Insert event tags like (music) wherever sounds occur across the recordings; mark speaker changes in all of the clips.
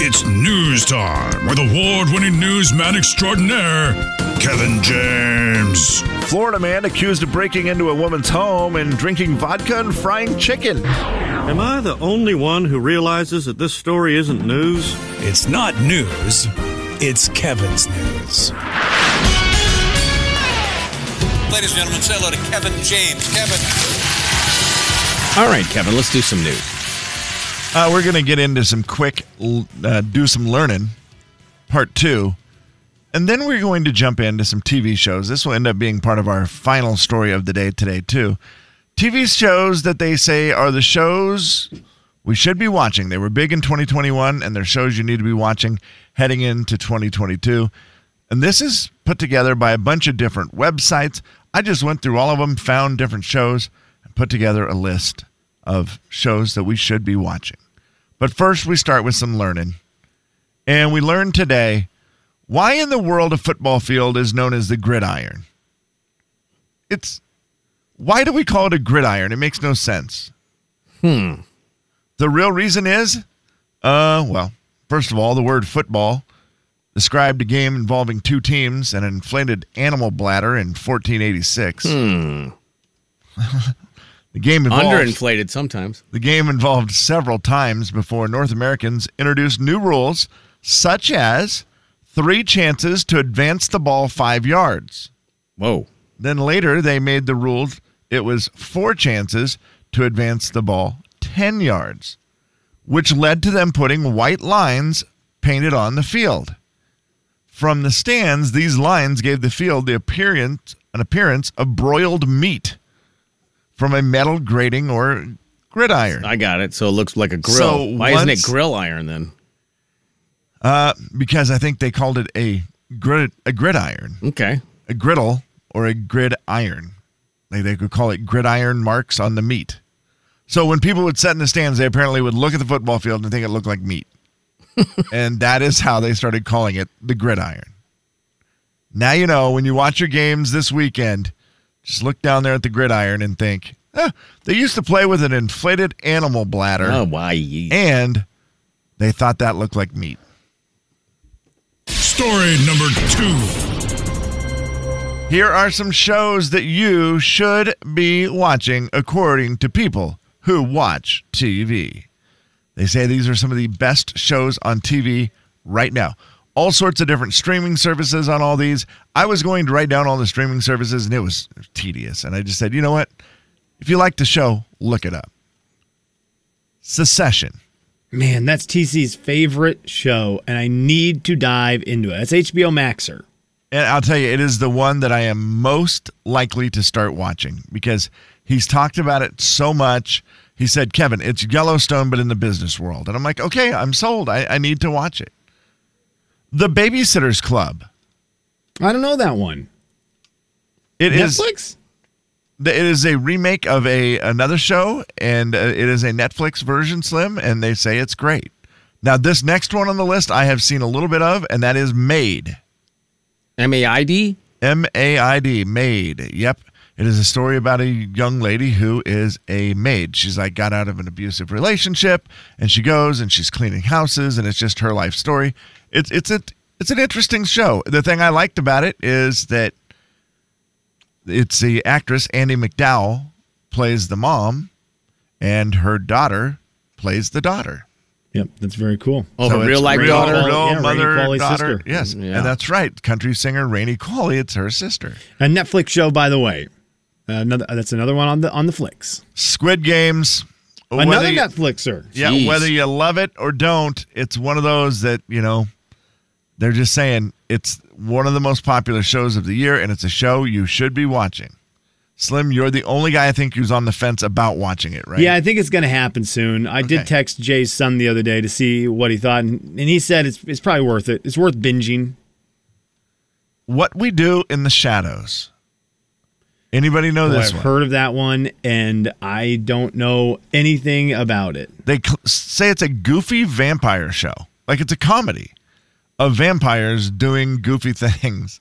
Speaker 1: It's news time with award winning newsman extraordinaire, Kevin James.
Speaker 2: Florida man accused of breaking into a woman's home and drinking vodka and frying chicken.
Speaker 3: Am I the only one who realizes that this story isn't news?
Speaker 4: It's not news, it's Kevin's news.
Speaker 5: Ladies and gentlemen, say hello to Kevin James. Kevin.
Speaker 6: All right, Kevin, let's do some news.
Speaker 2: Uh, we're going to get into some quick, l- uh, do some learning, part two. And then we're going to jump into some TV shows. This will end up being part of our final story of the day today, too. TV shows that they say are the shows we should be watching. They were big in 2021, and they're shows you need to be watching heading into 2022. And this is put together by a bunch of different websites. I just went through all of them, found different shows, and put together a list of shows that we should be watching. But first, we start with some learning. And we learned today why in the world a football field is known as the gridiron. It's why do we call it a gridiron? It makes no sense. Hmm. The real reason is uh, well, first of all, the word football described a game involving two teams and an inflated animal bladder in 1486. (laughs) the game involves
Speaker 6: Underinflated sometimes.
Speaker 2: the game involved several times before North Americans introduced new rules, such as three chances to advance the ball five yards.
Speaker 6: Whoa.
Speaker 2: Then later, they made the rules it was four chances to advance the ball 10 yards, which led to them putting white lines painted on the field. From the stands, these lines gave the field the appearance an appearance of broiled meat from a metal grating or gridiron.
Speaker 6: I got it. So it looks like a grill.
Speaker 2: So
Speaker 6: Why isn't
Speaker 2: once-
Speaker 6: it grill iron then?
Speaker 2: because I think they called it a grid a gridiron,
Speaker 6: Okay.
Speaker 2: a griddle, or a gridiron. They they could call it gridiron marks on the meat. So when people would sit in the stands, they apparently would look at the football field and think it looked like meat, and that is how they started calling it the gridiron. Now you know when you watch your games this weekend, just look down there at the gridiron and think, "Ah, they used to play with an inflated animal bladder,
Speaker 6: Oh, why? ye-
Speaker 2: and they thought that looked like meat.
Speaker 1: Story number two.
Speaker 2: Here are some shows that you should be watching according to people who watch TV. They say these are some of the best shows on TV right now. All sorts of different streaming services on all these. I was going to write down all the streaming services and it was tedious. And I just said, you know what? If you like the show, look it up. Secession.
Speaker 7: Man, that's TC's favorite show, and I need to dive into it. That's HBO Maxer.
Speaker 2: And I'll tell you, it is the one that I am most likely to start watching because he's talked about it so much. He said, Kevin, it's Yellowstone, but in the business world. And I'm like, okay, I'm sold. I, I need to watch it. The Babysitter's Club.
Speaker 7: I don't know that one.
Speaker 2: It is
Speaker 7: Netflix?
Speaker 2: th- it is a remake of a another show, and uh, it is a Netflix version, Slim, and they say it's great. Now, this next one on the list I have seen a little bit of, and that is Made.
Speaker 6: M A I D?
Speaker 2: M A I D, maid. Yep. It is a story about a young lady who is a maid. She's like got out of an abusive relationship and she goes and she's cleaning houses and it's just her life story. It's it's a it's an interesting show. The thing I liked about it is that it's the actress Andy McDowell plays the mom and her daughter plays the daughter.
Speaker 7: Yep, that's very cool.
Speaker 6: Oh, her
Speaker 2: it's
Speaker 6: real life
Speaker 2: real,
Speaker 6: daughter? Mm,
Speaker 2: real
Speaker 7: Yeah, Rainey
Speaker 2: mother,
Speaker 7: Qualley's
Speaker 2: daughter.
Speaker 7: sister.
Speaker 2: Yes,
Speaker 6: Yeah.
Speaker 2: and that's right. Country singer Rainey Qualley. It's her sister.
Speaker 7: A Netflix show, by the way. Another, that's another one on the on the flicks.
Speaker 2: Squid Games.
Speaker 7: Another
Speaker 2: whether you,
Speaker 7: Netflixer.
Speaker 2: yeah,
Speaker 6: Jeez.
Speaker 2: whether you love it or don't, it's one of those that you know. They're just saying it's one of the most popular shows of the year, and it's a show you should be watching. Slim, you're the only guy I think who's on the fence about watching it, right?
Speaker 7: Yeah, I think it's going to happen soon. I
Speaker 2: Okay.
Speaker 7: did text Jay's son the other day to see what he thought, and, and he said it's it's probably worth it. It's worth binging.
Speaker 2: What we do in the shadows. Anybody know
Speaker 7: Well,
Speaker 2: this
Speaker 7: I've
Speaker 2: one?
Speaker 7: heard of that one, and I don't know anything about it.
Speaker 2: they cl- say it's a goofy vampire show. Like it's a comedy of vampires doing goofy (laughs) things.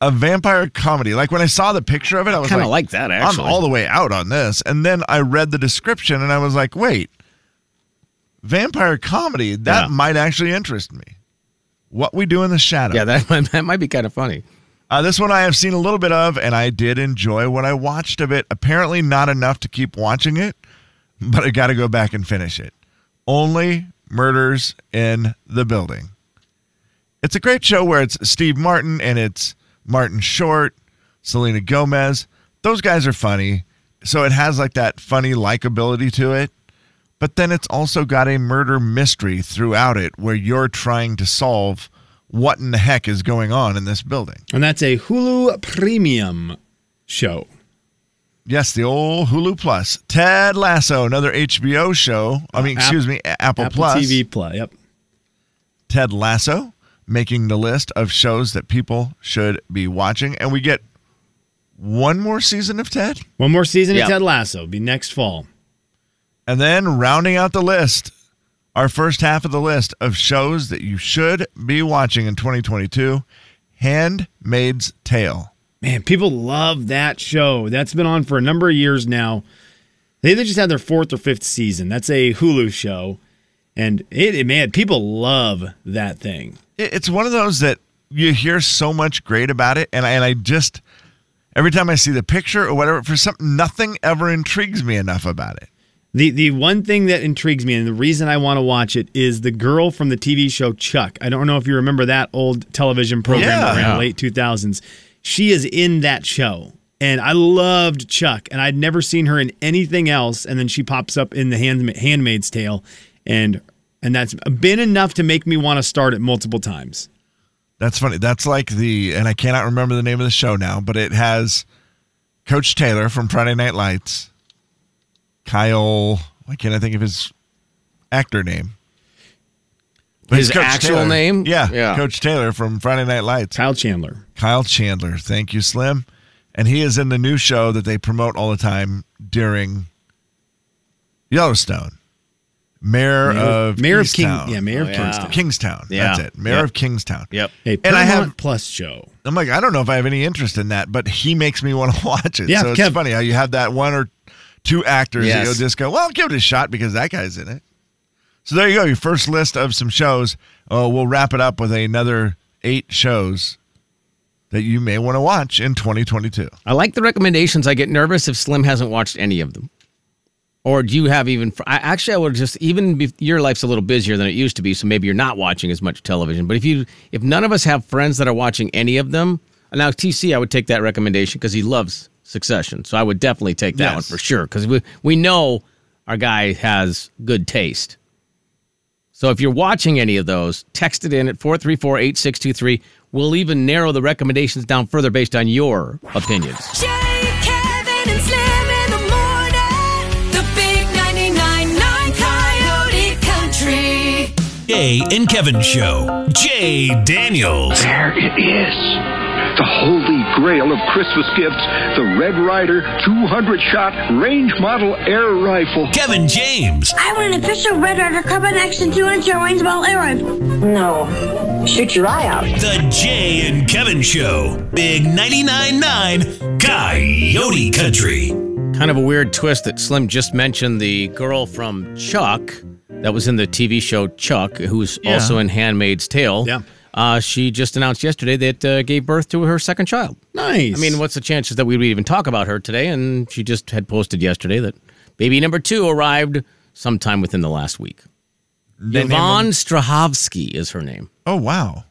Speaker 2: A vampire comedy. Like when I saw the picture of it, I was
Speaker 6: Kind
Speaker 2: like,
Speaker 6: of like that, actually.
Speaker 2: I'm all the way out on this. And then I read the description and I was like, wait, vampire comedy, that
Speaker 6: Yeah.
Speaker 2: might actually interest me. What we do in the shadow.
Speaker 6: Yeah, that (laughs) might- that might be kind of funny.
Speaker 2: Uh, this one I have seen a little bit of, and I did enjoy what I watched of it. Apparently, not enough to keep watching it, but I got to go back and finish it. Only murders in the building. It's a great show where it's Steve Martin and it's Martin Short, Selena Gomez. Those guys are funny. So it has like that funny likability to it. But then it's also got a murder mystery throughout it where you're trying to solve what in the heck is going on in this building.
Speaker 7: And that's a Hulu Premium show.
Speaker 2: Yes, the old Hulu Plus. Ted Lasso, another HBO show. I mean,
Speaker 7: App-
Speaker 2: excuse me, A- Apple,
Speaker 7: Apple
Speaker 2: Oh, Plus.
Speaker 7: TV Plus. Yep.
Speaker 2: Ted Lasso making the list of shows that people should be watching. And we get one more season of Ted.
Speaker 7: One more season
Speaker 6: Yeah.
Speaker 7: of Ted Lasso. Be next fall.
Speaker 2: And then rounding out the list, our first half of the list of shows that you should be watching in 2022 Handmaid's Tale.
Speaker 7: Man, people love that show. That's been on for a number of years now. They either just had their fourth or fifth season. That's a Hulu show. And it, it man, people love that thing.
Speaker 2: it- it's one of those that you hear so much great about it, and I, and I just every time I see the picture or whatever, for some nothing ever intrigues me enough about it.
Speaker 7: The the one thing that intrigues me and the reason I want to watch it is the girl from the TV show Chuck. I don't know if you remember that old television program
Speaker 2: Yeah.
Speaker 7: around
Speaker 6: Yeah.
Speaker 7: late 2000s. She is in that show. And I loved Chuck and I'd never seen her in anything else and then she pops up in The Handma- Handmaid's Tale and and that's been enough to make me want to start it multiple times.
Speaker 2: That's funny. That's like the and I cannot remember the name of the show now, but it has Coach Taylor from Friday Night Lights, Kyle. Why can't I think of his actor name? But
Speaker 6: His
Speaker 2: it's Coach
Speaker 6: actual
Speaker 2: Taylor.
Speaker 6: name?
Speaker 2: Yeah,
Speaker 6: Yeah.
Speaker 2: Coach Taylor from Friday Night Lights.
Speaker 7: Kyle Chandler.
Speaker 2: Kyle Chandler. Thank you, Slim. And he is in the new show that they promote all the time during Yellowstone. Mayor, of
Speaker 7: Mayor of King,
Speaker 2: Kingstown.
Speaker 7: yeah, Mayor of Kingston.
Speaker 2: Kingstown.
Speaker 6: Oh, Yeah.
Speaker 2: That's it. Mayor
Speaker 6: Yep.
Speaker 2: of Kingstown.
Speaker 6: Yep.
Speaker 7: A
Speaker 2: And I have-
Speaker 7: Paramount Plus show.
Speaker 2: I'm like, I don't know if I have any interest in that, but he makes me want to (laughs) watch it.
Speaker 7: Yeah,
Speaker 2: so it's
Speaker 7: Kev-
Speaker 2: funny how you have that one or two actors that
Speaker 6: Yes.
Speaker 2: you'll just go, well, give it a shot because that guy's in it. So there you go, your first list of some shows. Oh, we'll wrap it up with another eight shows that you may want to watch in 2022.
Speaker 6: I like the recommendations. I get nervous if Slim hasn't watched any of them. Or do you have even? I actually, I would just even be, your life's a little busier than it used to be, so maybe you're not watching as much television. But if you, if none of us have friends that are watching any of them, now TC, I would take that recommendation because he loves Succession, so I would definitely take
Speaker 2: Yes.
Speaker 6: that one for sure because we we know our guy has good taste. So if you're watching any of those, text it in at 434-8623. We'll even narrow the recommendations down further based on your opinions.
Speaker 8: Jay, Kevin, and Slim in the morning. The big 99.9 Coyote Country.
Speaker 4: Jay and Kevin Show. Jay Daniels.
Speaker 9: There it is. The holy grail of Christmas gifts, the Red Rider 200 shot range model air rifle.
Speaker 4: Kevin James.
Speaker 10: I want an official Red Rider Carbon Action 2 inch range ball air rifle. No. Shoot your eye out.
Speaker 4: The Jay and Kevin Show. Big 99.9 9 Coyote Country.
Speaker 6: Kind of a weird twist that Slim just mentioned the girl from Chuck that was in the TV show Chuck, who's also in Handmaid's Tale.
Speaker 7: Yeah.
Speaker 6: Uh, she just announced yesterday that uh, gave birth to her second child.
Speaker 7: Nice.
Speaker 6: I mean, what's the chances that we would even talk about her today? And she just had posted yesterday that baby number two arrived sometime within the last week.
Speaker 2: They name
Speaker 6: Yvonne
Speaker 2: them-
Speaker 6: Strahovski is her name.
Speaker 2: Oh wow!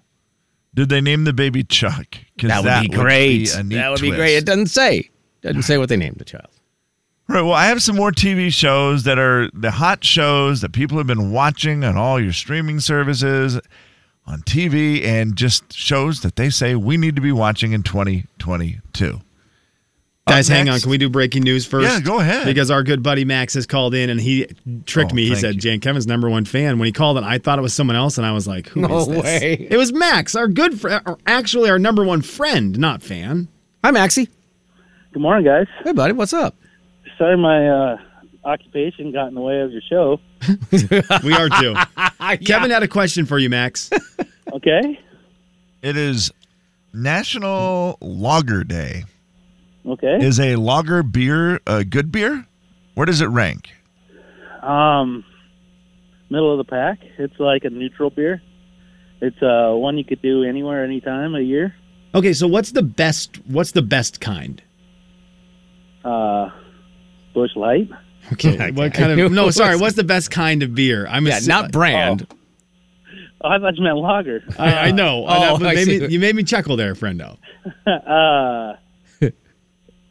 Speaker 2: Did they name the baby Chuck? 'Cause
Speaker 6: That would be great.
Speaker 2: a neat
Speaker 6: that would be
Speaker 2: twist.
Speaker 6: great. It doesn't say. Doesn't say what they named the child.
Speaker 2: Right. Well, I have some more TV shows that are the hot shows that people have been watching on all your streaming services, on TV, and just shows that they say we need to be watching in 2022.
Speaker 7: Guys,
Speaker 2: Up
Speaker 7: hang on.
Speaker 2: next-
Speaker 7: Can we do breaking news first?
Speaker 2: Yeah, go ahead.
Speaker 7: Because our good buddy Max has called in and he tricked
Speaker 2: Oh,
Speaker 7: me. He
Speaker 2: thank
Speaker 7: said,
Speaker 2: you.
Speaker 7: Jan Kevin's number one fan. When he called it, I thought it was someone else, and I was like, "Who is
Speaker 6: No
Speaker 7: this?
Speaker 6: way.
Speaker 7: It was Max, our good friend, or actually our number one friend, not fan.
Speaker 6: Hi, Maxie.
Speaker 11: Good morning, guys.
Speaker 6: Hey, buddy. What's up?
Speaker 11: Sorry, my uh, occupation got in the way of your show.
Speaker 7: We are
Speaker 11: (laughs)
Speaker 7: too. Kevin had a question for you, Max.
Speaker 11: Okay,
Speaker 2: It is National Lager Day.
Speaker 11: okay.
Speaker 2: Is a lager beer a good beer? Where does it rank?
Speaker 11: Um, middle of the pack. It's like a neutral beer. It's uh, one you could do anywhere, anytime, a year.
Speaker 7: Okay, so what's the best? What's the best kind?
Speaker 11: Uh, Bush Light. (laughs)
Speaker 7: Okay, what kind of? No, sorry. What's the best kind of beer? I'm
Speaker 11: Yeah,
Speaker 7: assu-
Speaker 11: not brand. Oh, I thought you meant lager.
Speaker 7: I, I
Speaker 11: (laughs)
Speaker 7: know. I know, but
Speaker 11: Oh, I
Speaker 7: made me-
Speaker 11: see.
Speaker 7: you made me chuckle there, friendo.
Speaker 11: uh,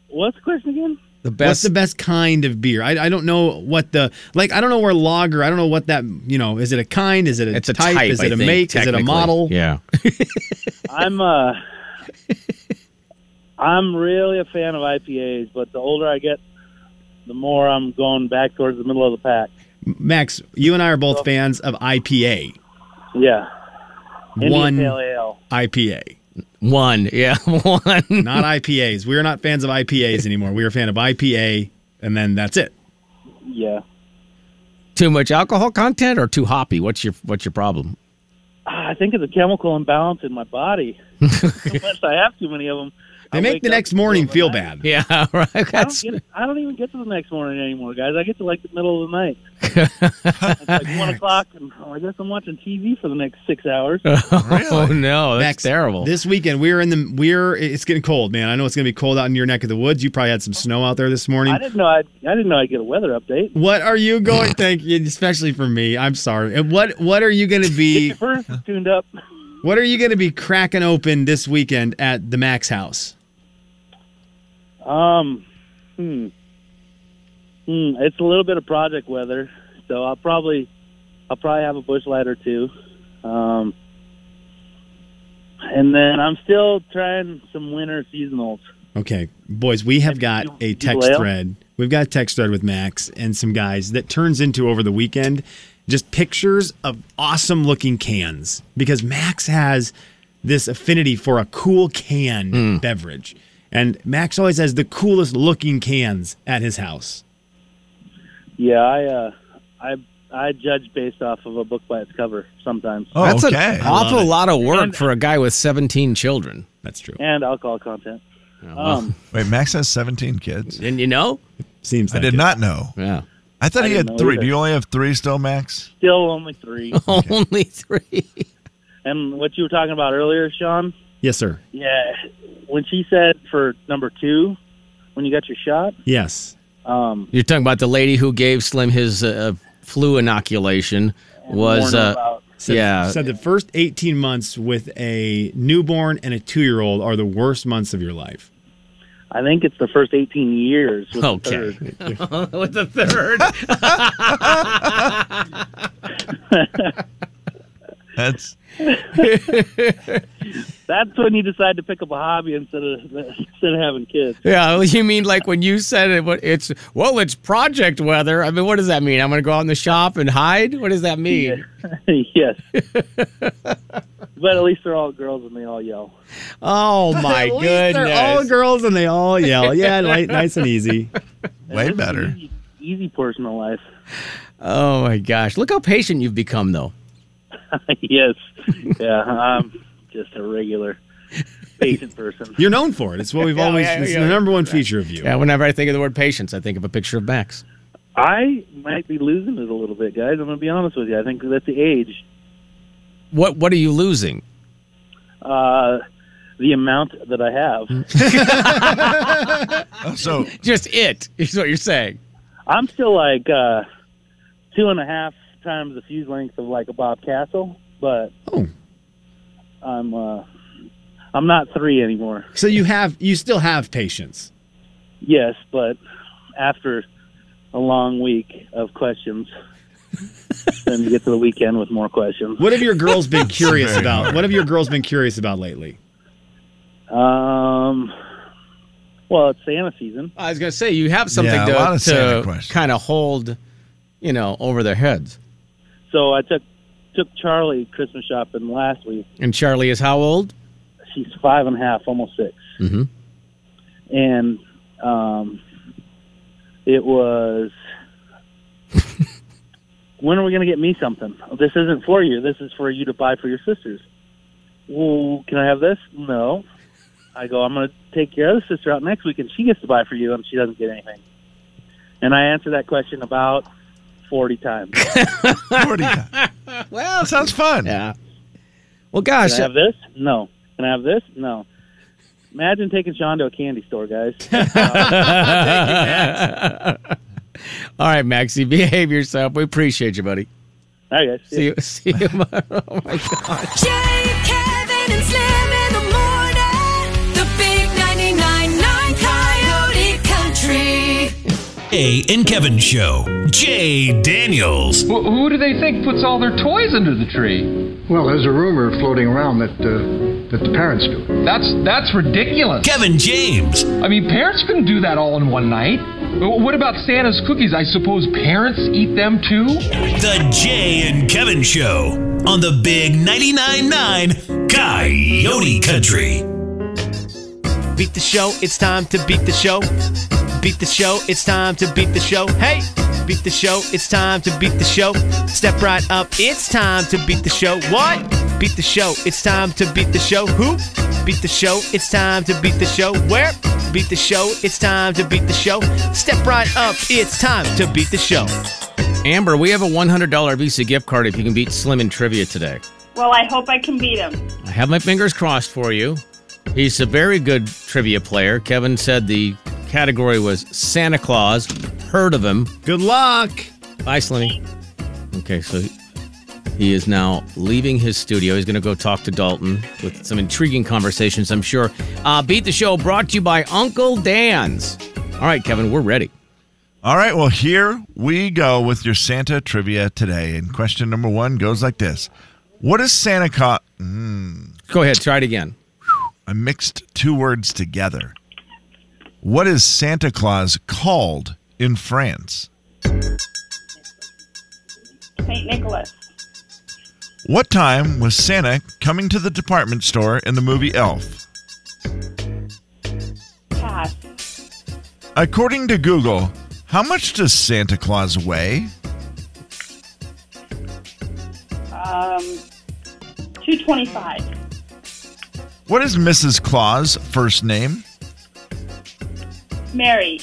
Speaker 11: what's the question again?
Speaker 6: The
Speaker 7: What's the best kind of beer? I, I don't know what the like. I don't know where lager. I don't know what that you know. Is it a kind? Is it a,
Speaker 6: It's a type.
Speaker 7: Is
Speaker 6: I
Speaker 7: it a
Speaker 6: think,
Speaker 7: make? Is it a
Speaker 6: technically.
Speaker 7: model?
Speaker 6: Yeah.
Speaker 11: I'm uh I'm really a fan of IPAs, but the older I get, the more I'm going back towards the middle of the pack.
Speaker 7: Max, you and I are both fans of IPA.
Speaker 11: Yeah. E Indian
Speaker 7: One
Speaker 11: Pale Ale.
Speaker 7: IPA.
Speaker 6: (laughs) One, yeah, (laughs) one.
Speaker 11: (laughs)
Speaker 7: not IPAs. We are not fans of IPAs anymore. We are a fan of IPA, and then that's it.
Speaker 11: Yeah.
Speaker 6: Too much alcohol content or too hoppy? What's your What's your problem?
Speaker 11: Ah, I think it's a chemical imbalance in
Speaker 7: (laughs)
Speaker 11: my body. Unless I have too many of them.
Speaker 7: They make the next morning feel bad.
Speaker 6: Yeah, right.
Speaker 11: I don't, (laughs) get, I don't even get to the next morning anymore, guys. I get to like the middle of
Speaker 7: (laughs)
Speaker 11: the night. it's like one o'clock, and oh, I guess I'm watching TV for the next six hours.
Speaker 7: Uh,
Speaker 6: Oh no, that's terrible.
Speaker 7: This weekend we are in the we're it's getting cold, man. I know it's going to be cold out in your neck of the woods. You probably had some snow out there this morning.
Speaker 11: I didn't know I, I didn't know I'd get a weather update.
Speaker 7: What are you going? Thank you, especially for me. I'm sorry. And What What are you going to
Speaker 11: (laughs)
Speaker 7: be?
Speaker 11: First, tuned up.
Speaker 7: What are you going to be cracking open this weekend at the Max House?
Speaker 11: Um, hmm. Hmm, it's a little bit of project weather, so I'll probably I'll probably have a bush light or two. Um, and then I'm still trying some winter seasonals.
Speaker 7: Okay, boys, we have got a text
Speaker 11: Well.
Speaker 7: thread. We've got a text thread with Max and some guys that turns into over the weekend just pictures of awesome looking cans because Max has this affinity for a cool can
Speaker 2: Hmm.
Speaker 7: beverage. And Max always has the coolest looking cans at his house.
Speaker 11: Yeah, I uh, I I judge based off of a book by its cover sometimes.
Speaker 2: Oh,
Speaker 6: that's an
Speaker 11: I love
Speaker 6: awful
Speaker 11: it.
Speaker 6: lot of work for a guy with 17 children.
Speaker 7: That's true.
Speaker 11: And alcohol content. Um,
Speaker 2: Wait, Max has 17 kids.
Speaker 6: Didn't you know?
Speaker 7: Seems
Speaker 2: I
Speaker 7: like
Speaker 2: did
Speaker 7: it.
Speaker 2: not know.
Speaker 6: Yeah.
Speaker 2: I thought
Speaker 11: I
Speaker 2: he
Speaker 11: didn't
Speaker 2: had
Speaker 11: know
Speaker 2: three.
Speaker 11: either.
Speaker 2: Do you only have three still, Max?
Speaker 11: Still only three.
Speaker 6: Only three.
Speaker 11: and what you were talking about earlier, Sean,
Speaker 7: Yes, sir.
Speaker 11: Yeah, when she said for number two, when you got your shot,
Speaker 7: Yes.
Speaker 11: um,
Speaker 6: You're talking about the lady who gave Slim his uh, flu inoculation was
Speaker 7: Warner
Speaker 6: uh,
Speaker 11: about-
Speaker 7: Said,
Speaker 6: yeah.
Speaker 7: Said the first 18 months with a newborn and a two year old are the worst months of your life.
Speaker 11: I think it's the first 18 years. with the
Speaker 6: Okay. (laughs)
Speaker 11: third.
Speaker 6: with the third.
Speaker 2: That's
Speaker 11: That's when you decide to pick up a hobby instead of instead of having kids. (laughs)
Speaker 6: Yeah, (laughs) well, you mean like when you said it? What it's well, it's project weather. I mean, what does that mean? I'm going to go out in the shop and hide? What does that mean?
Speaker 11: yes.
Speaker 6: (laughs)
Speaker 11: but at least they're all girls and they all yell.
Speaker 6: Oh my
Speaker 7: At least
Speaker 6: goodness!
Speaker 7: They're all girls and they all yell. Yeah, (laughs) light, nice and easy.
Speaker 2: way better.
Speaker 11: Easy, easy portion of life. (laughs)
Speaker 6: oh my gosh! Look how patient you've become, though.
Speaker 11: yes. Yeah, I'm just a regular
Speaker 6: (laughs)
Speaker 11: patient person.
Speaker 7: You're known for it. It's what we've
Speaker 6: Yeah,
Speaker 7: always.
Speaker 6: yeah,
Speaker 7: it's
Speaker 6: yeah,
Speaker 7: the
Speaker 6: yeah.
Speaker 7: number one feature of you.
Speaker 6: Yeah. Whenever I think of the word patience, I think of a picture of Max.
Speaker 11: I might be losing it a little bit, guys. I'm going to be honest with you. I think that's the age.
Speaker 6: What What are you losing?
Speaker 11: Uh, the amount that I have.
Speaker 2: So
Speaker 6: Just it (laughs) is what you're saying.
Speaker 11: I'm still like uh, two and a half times the fuse length of like a Bob Castle, but
Speaker 7: Oh.
Speaker 11: I'm uh, I'm not three anymore.
Speaker 7: So you have you still have patience.
Speaker 11: Yes, but after a long week of questions, then you get to the weekend with more questions.
Speaker 7: What have your girls (laughs) been curious
Speaker 2: Very
Speaker 7: about?
Speaker 2: hard.
Speaker 7: What have your girls been curious about lately?
Speaker 11: Um, well, it's Santa season.
Speaker 6: I was going to say you have something
Speaker 2: Yeah, a lot of Santa
Speaker 6: to, to
Speaker 2: questions.
Speaker 6: kind of hold, you know, over their heads.
Speaker 11: So I took took Charlie Christmas shopping last week.
Speaker 6: And Charlie is how
Speaker 2: Mm.
Speaker 6: old?
Speaker 11: She's five and a half, almost six.
Speaker 6: Mm-hmm.
Speaker 11: and um, it was when are we going to get me something? This isn't for you. This is for you to buy for your sisters. Well, can I have this? No. I go. I'm going to take your other sister out next week, and she gets to buy for you, and she doesn't get anything. And I answer that question about 40 times.
Speaker 6: (laughs)
Speaker 2: 40 times.
Speaker 6: Well,
Speaker 2: sounds fun.
Speaker 6: Yeah. Well, gosh.
Speaker 11: Can I have this? No. Can I have this? No. Imagine taking Sean to a candy store, guys.
Speaker 6: All right, Maxie, (laughs) behave yourself. We appreciate you, buddy.
Speaker 11: All right, guys.
Speaker 6: See you. (laughs) See you. oh my God.
Speaker 8: Jay, Kevin, and Slim in the morning. The big 99.9 Coyote Country.
Speaker 4: Jay and Kevin Show. Jay Daniels.
Speaker 12: who do they think puts all their toys under the tree?
Speaker 13: Well, there's a rumor floating around that uh, that the parents do it.
Speaker 12: That's that's ridiculous.
Speaker 4: Kevin James.
Speaker 12: I mean, parents couldn't do that all in one night. W- What about Santa's cookies? I suppose parents eat them too.
Speaker 4: The Jay and Kevin Show on the Big 99.9 Coyote Country.
Speaker 14: Beat the show, it's time to beat the show. Beat the show, it's time to beat the show. Hey! Beat the show, it's time to beat the show. Step right up, it's time to beat the show. What? Beat the show, it's time to beat the show. Who? Beat the show, it's time to beat the show. Where? Beat the show, it's time to beat the show. Step right up, it's time to beat the show.
Speaker 6: Amber, we have a $100 Visa gift card if you can beat Slim in trivia today.
Speaker 15: Well, I hope I can beat him.
Speaker 6: I have my fingers crossed for you. He's a very good trivia player. Kevin said the category was Santa Claus. Heard of him.
Speaker 7: Good luck.
Speaker 6: Bye, Slimmy. Okay, so he is now leaving his studio. He's going to go talk to Dalton with some intriguing conversations, I'm sure. Uh, Beat the Show brought to you by Uncle Dan's. All right, Kevin, we're ready.
Speaker 2: All right, well, here we go with your Santa trivia today. And question number one goes like this What is Santa Claus?
Speaker 6: Go ahead, try it again.
Speaker 2: I mixed two words together. What is Santa Claus called in France?
Speaker 15: St. Nicholas.
Speaker 2: What time was Santa coming to the department store in the movie Elf?
Speaker 15: Pass.
Speaker 2: According to Google, how much does Santa Claus weigh?
Speaker 15: Um, 225.
Speaker 2: What is Mrs. Claus' first name?
Speaker 15: Mary.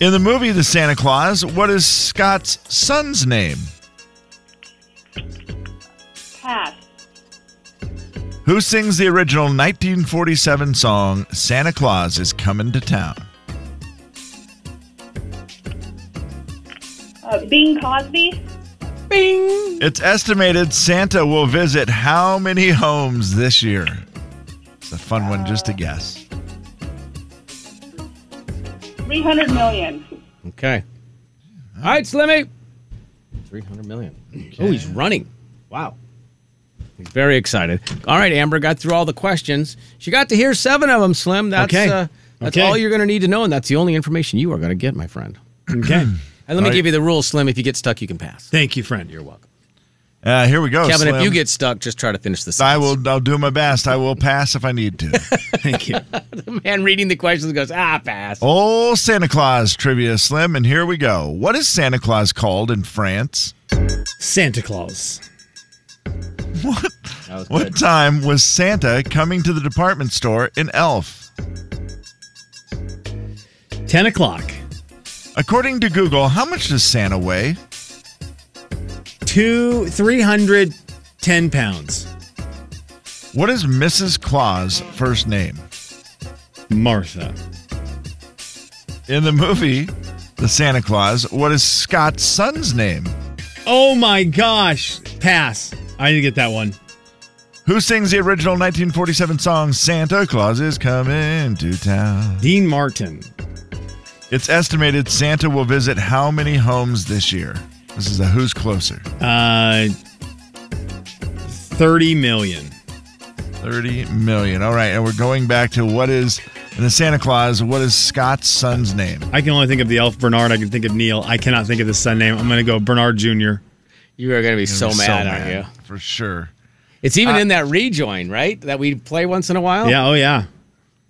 Speaker 2: In the movie The Santa Claus, what is Scott's son's name?
Speaker 15: Pass.
Speaker 2: Who sings the original 1947 song Santa Claus is Coming to Town?
Speaker 15: Uh, Bing Cosby. Bing.
Speaker 2: It's estimated Santa will visit how many homes this year? It's a fun one just to guess.
Speaker 15: 300 million.
Speaker 6: Okay. All right, Slimmy. 300 million. Oh, he's running. Wow. He's very excited. All right, Amber got through all the questions. She got to hear seven of them, Slim. That's,
Speaker 7: Okay.
Speaker 6: uh, that's
Speaker 7: Okay.
Speaker 6: all you're going to need to know, and that's the only information you are going to get, my friend.
Speaker 7: (clears throat) Okay.
Speaker 6: And let me
Speaker 7: All right.
Speaker 6: give you the rules, Slim. If you get stuck, you can pass.
Speaker 7: Thank you, friend. You're welcome.
Speaker 2: Uh, here we go.
Speaker 6: Kevin, if
Speaker 2: Slim.
Speaker 6: you get stuck, just try to finish the
Speaker 2: I will. I'll do my best. I will pass if I need to.
Speaker 6: (laughs)
Speaker 7: Thank you.
Speaker 6: The (laughs) man reading the questions goes, ah, pass.
Speaker 2: Oh, Santa Claus trivia, Slim, and here we go. What is Santa Claus called in France?
Speaker 7: Santa Claus.
Speaker 2: What? What time was Santa coming to the department store in Elf?
Speaker 7: 10 o'clock.
Speaker 2: According to Google, how much does Santa weigh?
Speaker 7: Two, 310 pounds.
Speaker 2: What is Mrs. Claus' first name?
Speaker 7: Martha.
Speaker 2: In the movie, The Santa Claus, what is Scott's son's name?
Speaker 7: Oh my gosh. Pass. I didn't get that one.
Speaker 2: Who sings the original 1947 song Santa Claus is Coming to Town?
Speaker 7: Dean Martin.
Speaker 2: It's estimated Santa will visit how many homes this year? This is a who's closer.
Speaker 7: Uh, 30 million.
Speaker 2: 30 million. All right, and we're going back to what is in the Santa Claus, what is Scott's son's name?
Speaker 7: I can only think of the elf Bernard. I can think of Neil. I cannot think of the son name. I'm going to go Bernard Jr.
Speaker 6: You are going to be so
Speaker 2: be
Speaker 6: mad,
Speaker 2: so
Speaker 6: aren't
Speaker 2: mad.
Speaker 6: you?
Speaker 2: For sure.
Speaker 6: It's even
Speaker 2: Uh,
Speaker 6: in that rejoin, right? That we play once in a while.
Speaker 7: Yeah. Oh, yeah.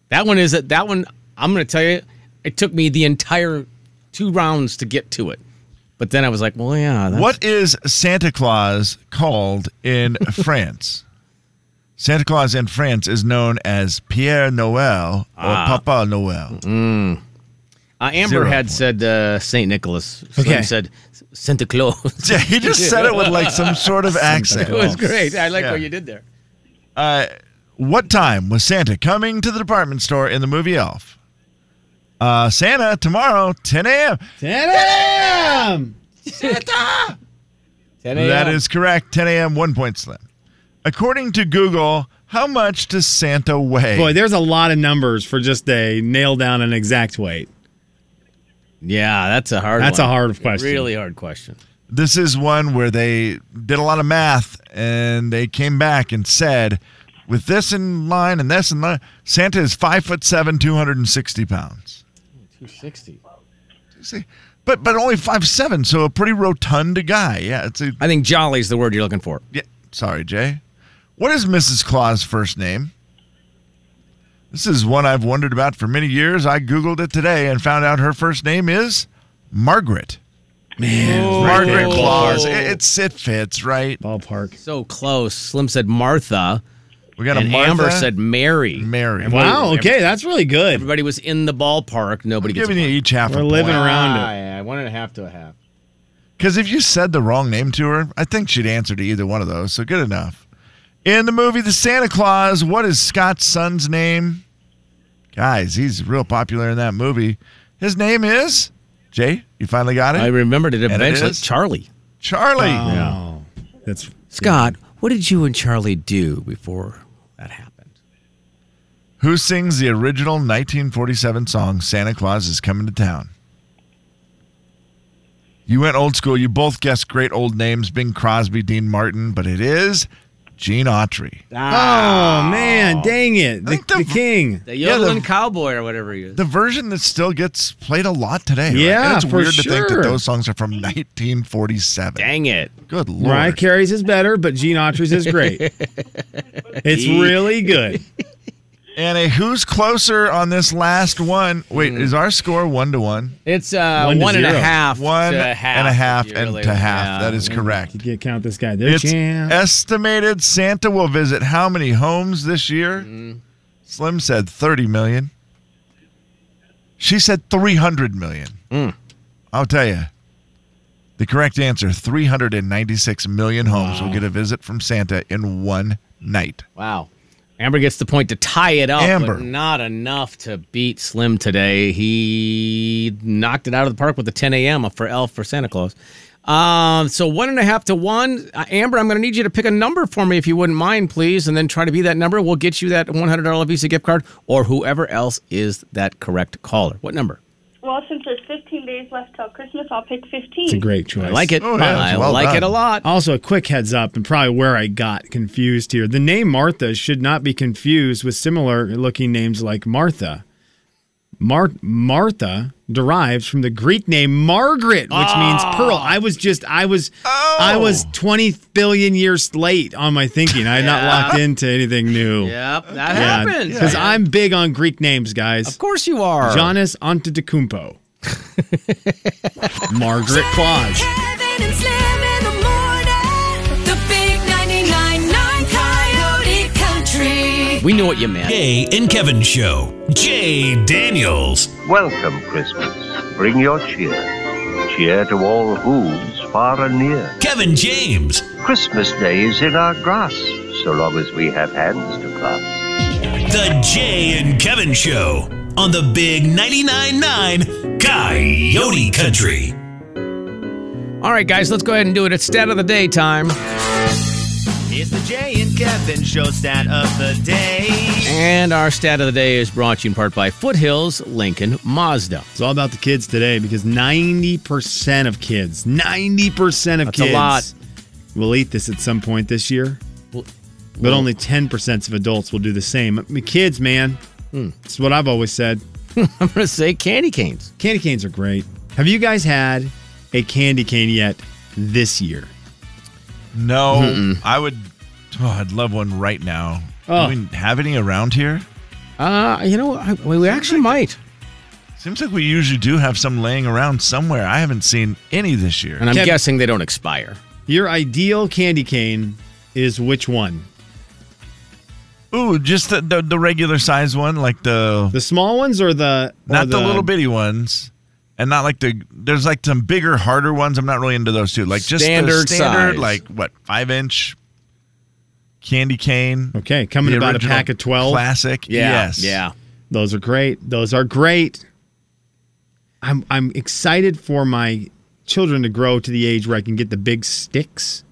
Speaker 6: That one is that one. I'm going to tell you, it took me the entire two rounds to get to it, but then I was like, well, yeah. That's,
Speaker 2: What is Santa Claus called in France? Santa Claus in France is known as Pierre Noel or Papa Noel.
Speaker 6: Uh, Amber
Speaker 2: Zero.
Speaker 6: had said uh, St. Nicholas. Slim
Speaker 2: Okay.
Speaker 6: said Santa Claus. (laughs)
Speaker 2: Yeah, (laughs) he just said it with like some sort of accent.
Speaker 6: It was great. I like
Speaker 2: Oh, Yeah.
Speaker 6: what you did there.
Speaker 2: Uh, what time was Santa coming to the department store in the movie Elf? Uh, Santa tomorrow, 10 a.m.
Speaker 7: 10 a.m.
Speaker 2: Santa. That is correct. 10 a.m. One point slim. According to Google, how much does Santa weigh?
Speaker 7: Boy, there's a lot of numbers for just a nail down an exact weight.
Speaker 6: Yeah, that's a hard.
Speaker 7: That's
Speaker 6: one.
Speaker 7: a hard question.
Speaker 6: Really hard question.
Speaker 2: This is one where they did a lot of math and they came back and said, with this in line and this in line, Santa is five foot seven, two hundred and sixty pounds.
Speaker 6: Two sixty.
Speaker 2: See, but but only five seven, so a pretty rotund guy. Yeah, it's a,
Speaker 6: I think jolly's the word you're looking for.
Speaker 2: Yeah, sorry, Jay. What is Mrs. Claus' first name? This is one I've wondered about for many years. I googled it today and found out her first name is Margaret. Man, Margaret
Speaker 6: Oh.
Speaker 2: Claus. It, it's it fits right.
Speaker 7: Ballpark.
Speaker 6: So close. Slim said Martha.
Speaker 2: We got a
Speaker 6: and
Speaker 2: Martha.
Speaker 6: Amber said Mary.
Speaker 2: Mary.
Speaker 7: Wow, okay, that's really good.
Speaker 6: Everybody was in the ballpark. Nobody gets a
Speaker 2: giving you
Speaker 6: point.
Speaker 2: each half a
Speaker 7: We're living
Speaker 2: point.
Speaker 7: around
Speaker 6: Ah, yeah, one and a half to a half.
Speaker 2: Because if you said the wrong name to her, I think she'd answer to either one of those. So good enough. In the movie The Santa Claus, what is Scott's son's name? Guys, he's real popular in that movie. His name is Jay. You finally got it.
Speaker 6: I remembered it
Speaker 2: And
Speaker 6: eventually.
Speaker 2: is
Speaker 6: Charlie.
Speaker 2: Charlie.
Speaker 7: Oh, that's
Speaker 6: Scott. What did you and Charlie do before that happened?
Speaker 2: Who sings the original 1947 song Santa Claus is Coming to Town? You went old school. You both guessed great old names Bing Crosby, Dean Martin, but it is Gene Autry.
Speaker 7: Oh man, dang it. The, the king.
Speaker 6: Ah, The
Speaker 2: Yeah, the-
Speaker 6: yodeling cowboy or whatever he is.
Speaker 2: The version that still gets played a lot today. right?
Speaker 7: Yeah,
Speaker 2: And it's
Speaker 7: for
Speaker 2: weird to think
Speaker 7: sure.
Speaker 2: that those songs are from 1947.
Speaker 6: Dang it.
Speaker 2: Good lord.
Speaker 7: Mariah Carey's is better, but Gene Autry's is great.
Speaker 6: (laughs)
Speaker 7: it's really good.
Speaker 2: And a who's closer on this last one? Wait, is our score one to one?
Speaker 6: It's uh,
Speaker 7: One
Speaker 6: one,
Speaker 7: to
Speaker 6: and a
Speaker 7: zero.
Speaker 6: Hmm. half.
Speaker 2: One
Speaker 6: to
Speaker 2: and a half
Speaker 6: if you
Speaker 2: and
Speaker 6: really-
Speaker 2: to half.
Speaker 6: yeah. Hmm.
Speaker 2: That is correct.
Speaker 7: You can't count this guy. They're
Speaker 2: It's
Speaker 7: champ.
Speaker 2: estimated Santa will visit how many homes this year? Slim said 30 million. She said 300 million. I'll tell you. The correct answer 396 million homes will get a visit from Santa in one night.
Speaker 6: Wow. Amber gets the point to tie it up.
Speaker 2: Amber.
Speaker 6: But not enough to beat Slim today. He knocked it out of the park with a 10 a.m. for Elf for Santa Claus. Um, so one and a half to one. Uh, Amber, I'm going to need you to pick a number for me if you wouldn't mind, please, and then try to be that number. We'll get you that $100 Visa gift card or whoever else is that correct caller. What number?
Speaker 15: Well, since there's 15 days left till Christmas, I'll pick 15.
Speaker 7: It's a great choice.
Speaker 6: I like it.
Speaker 2: Oh, yeah,
Speaker 6: I
Speaker 2: it's well
Speaker 6: like
Speaker 2: done. Oh.
Speaker 6: it a lot.
Speaker 7: Also, a quick heads up, and probably where I got confused here. The name Martha should not be confused with similar looking names like Martha. Mar- Martha derives from the Greek name Margaret, which means
Speaker 6: Ah.
Speaker 7: pearl. I was just, I was, I was
Speaker 6: Oh.
Speaker 7: 20 billion years late on my thinking. I had not locked into anything new.
Speaker 6: Yep, that happens.
Speaker 7: Because I'm big on Greek names, guys.
Speaker 6: Of course you are.
Speaker 7: Giannis
Speaker 6: (laughs)
Speaker 7: Antetokounmpo. Margaret Claus.
Speaker 8: Kevin and Slim in the morning. The big 99.9 Coyote Country.
Speaker 6: We knew what you meant.
Speaker 4: Jay and Kevin Show. Jay Daniels.
Speaker 16: Welcome, Christmas. Bring your cheer. Cheer to all hooves far and near.
Speaker 4: Kevin James.
Speaker 16: Christmas Day is in our grass, so long as we have hands to clasp.
Speaker 4: The Jay and Kevin Show on the Big 99.9 9 Coyote Country.
Speaker 6: All right, guys, let's go ahead and do it. It's stat of the day time.
Speaker 14: It's the Jay and Kevin Show stat of the day.
Speaker 6: And our stat of the day is brought to you in part by Foothills Lincoln Mazda. (laughs)
Speaker 7: It's all about the kids today because 90% of kids, 90% of
Speaker 6: That's a
Speaker 7: kids
Speaker 6: lot.
Speaker 7: will eat this at some point this year.
Speaker 6: Well-
Speaker 7: but only 10% of adults will do the same. I mean, kids, man,
Speaker 6: Hmm.
Speaker 7: it's what I've always said.
Speaker 6: I'm going to say candy canes.
Speaker 7: Candy canes are great. Have you guys had a candy cane yet this year?
Speaker 2: No, I would. Oh, I'd love one right now.
Speaker 7: Oh.
Speaker 2: Do we have any around here?
Speaker 6: Uh, you know, I, we we actually might.
Speaker 2: Seems like we usually do have some laying around somewhere. I haven't seen any this year.
Speaker 6: And I'm
Speaker 7: Kev-
Speaker 6: guessing they don't expire.
Speaker 7: Your ideal candy cane is which one?
Speaker 2: Ooh, just the, the, the regular size one, like the
Speaker 7: the uh, small ones or the or
Speaker 2: not the,
Speaker 7: the-
Speaker 2: little bitty ones, and not like the there's like some bigger, harder ones. I'm not really into those too. Like just
Speaker 7: Standard
Speaker 2: the standard,
Speaker 7: size.
Speaker 2: like what five inch candy cane.
Speaker 7: Okay, coming
Speaker 2: the
Speaker 7: about a
Speaker 2: original
Speaker 7: pack of 12.
Speaker 2: Classic. Yes.
Speaker 7: Those are great. Those are great. I'm I'm excited for my children to grow to the age where I can get the big sticks.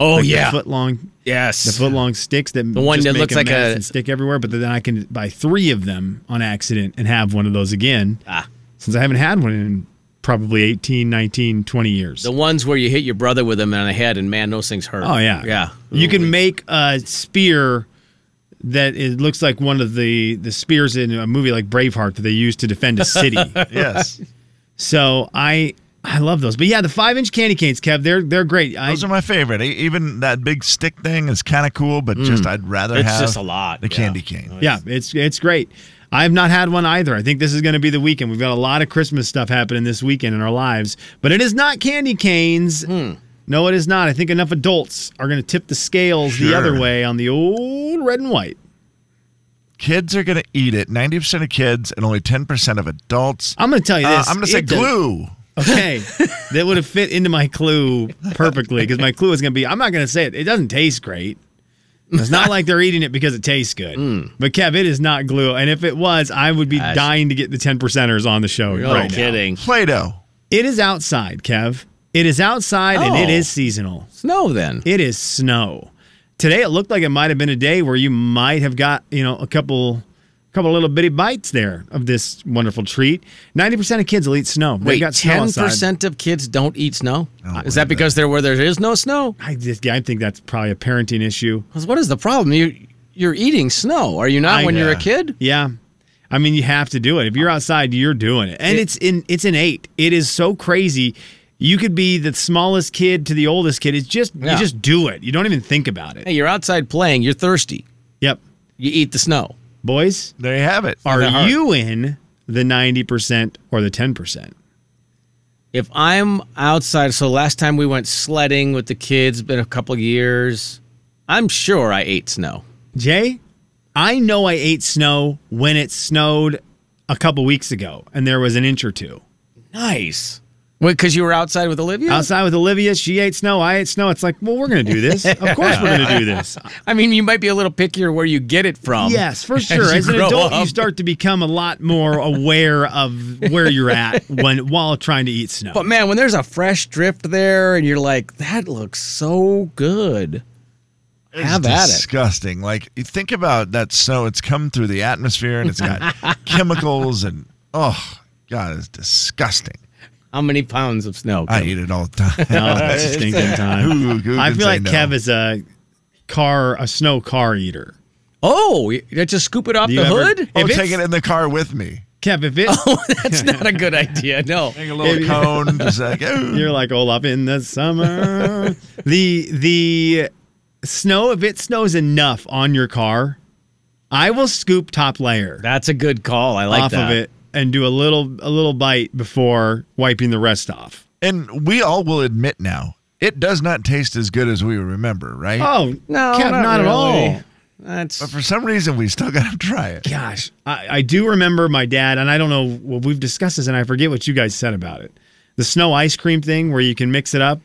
Speaker 6: Oh,
Speaker 7: Like
Speaker 6: yeah.
Speaker 7: the foot long.
Speaker 6: Yes.
Speaker 7: the foot long sticks that
Speaker 6: The one
Speaker 7: just
Speaker 6: that
Speaker 7: make
Speaker 6: looks
Speaker 7: a
Speaker 6: like
Speaker 7: mess
Speaker 6: a-
Speaker 7: and stick everywhere. But then I can buy three of them on accident and have one of those again. Ah. since I haven't had one in probably 18, 19, 20 years.
Speaker 6: The ones where you hit your brother with them on the head, and man, those things hurt.
Speaker 7: Oh yeah,
Speaker 6: yeah.
Speaker 7: You can make a spear that it looks like one of the the spears in a movie like Braveheart that they use to defend
Speaker 2: (laughs)
Speaker 7: a city.
Speaker 2: Yes.
Speaker 7: (laughs) So I I love those. But yeah, the five inch candy canes, Kev, they're they're great. I,
Speaker 2: Those are my favorite. E- Even that big stick thing is kind of cool, but just
Speaker 7: Mm.
Speaker 2: I'd rather
Speaker 7: It's
Speaker 2: have
Speaker 7: just a lot,
Speaker 2: the
Speaker 7: yeah. Oh,
Speaker 2: candy cane.
Speaker 7: yeah, it's it's great. I've not had one either. I think this is going to be the weekend. We've got a lot of Christmas stuff happening this weekend in our lives, but it is not candy canes.
Speaker 2: Hmm.
Speaker 7: No, it is not. I think enough adults are going to tip the scales the
Speaker 2: Sure.
Speaker 7: other way on the old red and white.
Speaker 2: Kids are going to eat it. Ninety percent of kids and only ten percent of adults.
Speaker 7: I'm going to tell you
Speaker 2: Uh,
Speaker 7: this.
Speaker 2: I'm going to say
Speaker 7: it does-
Speaker 2: glue.
Speaker 7: Okay, that would have fit into my clue perfectly because my clue is going to be I'm not going to say it. It doesn't taste great. It's not like they're eating it because it tastes good.
Speaker 6: Hmm.
Speaker 7: But Kev, it is not glue, and if it was, I would be
Speaker 6: Gosh.
Speaker 7: dying to get the ten percenters on the show.
Speaker 6: You're
Speaker 7: right
Speaker 6: kidding.
Speaker 2: Play-Doh.
Speaker 7: It is outside, Kev. It is outside, and it
Speaker 6: Oh.
Speaker 7: is seasonal.
Speaker 6: Snow then.
Speaker 7: It is snow. Today it looked like it might have been a day where you might have got, you know, a couple couple little bitty bites there of this wonderful treat. 90% of kids will eat snow. They've
Speaker 6: Wait,
Speaker 7: got snow
Speaker 6: ten
Speaker 7: outside. Oh,
Speaker 6: percent of kids don't eat snow. is that because they're where there is no snow?
Speaker 7: I just, I think that's probably a parenting issue.
Speaker 6: What is the problem? You you're eating snow, are you not?
Speaker 7: I-
Speaker 6: when you're a
Speaker 7: yeah.
Speaker 6: kid,
Speaker 7: Yeah. I mean, you have to do it. If you're outside, you're doing it. And
Speaker 6: It-
Speaker 7: it's in it's an 8. It is so crazy. You could be the smallest kid to the oldest kid. It's just
Speaker 6: Yeah.
Speaker 7: you just do it. You don't even think about it.
Speaker 6: hey, you're outside playing. You're thirsty.
Speaker 7: Yep.
Speaker 6: You eat the snow.
Speaker 7: Boys,
Speaker 2: there you have it.
Speaker 6: They're
Speaker 7: Are
Speaker 6: hard.
Speaker 7: you in the 90% or the 10%?
Speaker 6: If I'm outside, so last time we went sledding with the kids, been a couple years. I'm sure I ate snow.
Speaker 7: Jay, I know I ate snow when it snowed a couple weeks ago and there was an inch or two.
Speaker 6: Nice. Wait, because you were outside with Olivia?
Speaker 7: Outside with Olivia, she ate snow, I ate snow. It's like, well, we're going to
Speaker 6: (laughs)
Speaker 7: do this. Of course we're going to do this.
Speaker 6: I mean, you might be a little pickier where you get it from.
Speaker 7: yes, for
Speaker 6: Um, (laughs) as
Speaker 7: sure.
Speaker 6: you
Speaker 7: As, an
Speaker 6: grow
Speaker 7: adult, you
Speaker 6: up.
Speaker 7: start to become a lot more aware of where
Speaker 6: (laughs)
Speaker 7: you're at when while trying to eat snow.
Speaker 6: But man, when there's a fresh drift there and you're like, that looks so good.
Speaker 2: It's
Speaker 6: Have at it.
Speaker 2: disgusting. Like you think about that snow. It's come through the atmosphere and it's
Speaker 7: (laughs)
Speaker 2: got chemicals and oh god, it's disgusting.
Speaker 6: How many pounds of snow?
Speaker 2: I eat it all the time.
Speaker 7: No, Oh, that's a stinking time.
Speaker 2: (laughs) Who- who
Speaker 7: I
Speaker 2: can
Speaker 7: feel
Speaker 2: say
Speaker 7: like
Speaker 2: no?
Speaker 7: Kev is a car, a snow car eater.
Speaker 6: Oh, you just scoop it off
Speaker 7: Do
Speaker 6: the
Speaker 7: you ever-
Speaker 6: hood?
Speaker 2: Oh,
Speaker 7: If
Speaker 2: take
Speaker 6: (laughs)
Speaker 7: it's-
Speaker 2: it in the car with me.
Speaker 7: Kev, if it,
Speaker 6: Oh,
Speaker 7: (laughs)
Speaker 6: that's not a good idea. No.
Speaker 2: Make a little cone. Just like, "Ooh."
Speaker 7: You're like Olaf in the summer. the the snow, if it snows enough on your car, I will scoop top layer
Speaker 6: That's a good call. I like
Speaker 7: off
Speaker 6: that.
Speaker 7: of it and do a little a little bite before wiping the rest off.
Speaker 2: And we all will admit now, it does not taste as good as we remember, right?
Speaker 7: Oh
Speaker 6: No,
Speaker 7: Kev,
Speaker 6: not,
Speaker 7: not at
Speaker 6: really.
Speaker 7: all.
Speaker 2: But
Speaker 6: That's
Speaker 2: for some reason, we still (laughs) got to try it.
Speaker 7: Gosh, I, I do remember my dad, and I don't know. Well, we've discussed this, and I forget what you guys said about it. The snow ice cream thing, where you can mix it up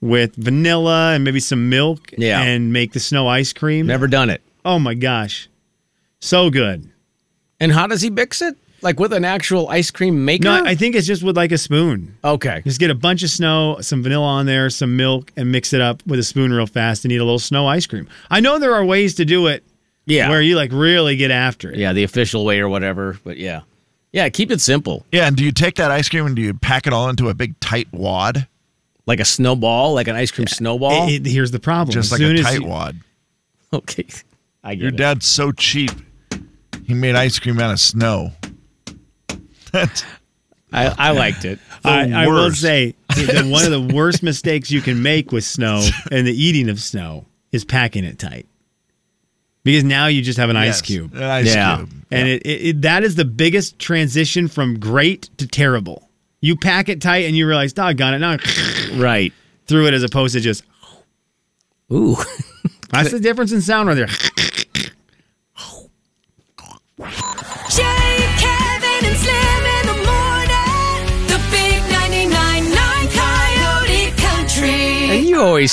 Speaker 7: with vanilla and maybe some milk,
Speaker 6: Yeah.
Speaker 7: and make the snow ice cream.
Speaker 6: never done it.
Speaker 7: Oh my gosh, so good.
Speaker 6: And how does he mix it? Like with an actual ice cream maker?
Speaker 7: No, I I think it's just with like a spoon.
Speaker 6: okay.
Speaker 7: Just get a bunch of snow, some vanilla on there, some milk, and mix it up with a spoon real fast and eat a little snow ice cream. I know there are ways to do it
Speaker 6: Yeah.
Speaker 7: where you like really get after it.
Speaker 6: yeah, the official way or whatever. But yeah. Yeah, keep it simple.
Speaker 2: Yeah, and do you take that ice cream and do you pack it all into a big tight wad?
Speaker 6: Like a snowball, like an ice cream snowball.
Speaker 7: It- it- here's the problem.
Speaker 2: Just
Speaker 7: As
Speaker 2: like
Speaker 7: soon
Speaker 2: a
Speaker 7: as
Speaker 2: tight
Speaker 7: you-
Speaker 2: wad.
Speaker 6: (laughs) okay. I get
Speaker 2: Your
Speaker 6: it.
Speaker 2: dad's so cheap, he made ice cream out of snow. That's
Speaker 6: I, I liked it.
Speaker 7: I, I will
Speaker 2: worst.
Speaker 7: say that one of the worst mistakes you can make with snow and the eating of snow is packing it tight. Because now you just have an ice
Speaker 2: Yes,
Speaker 7: cube.
Speaker 2: An ice
Speaker 6: Yeah.
Speaker 2: cube.
Speaker 7: And it, it, it- that is the biggest transition from great to terrible. You pack it tight and you realize, doggone it, now (laughs)
Speaker 6: Right.
Speaker 7: through it as opposed to just
Speaker 6: Ooh.
Speaker 7: that's the difference in sound right there.
Speaker 6: always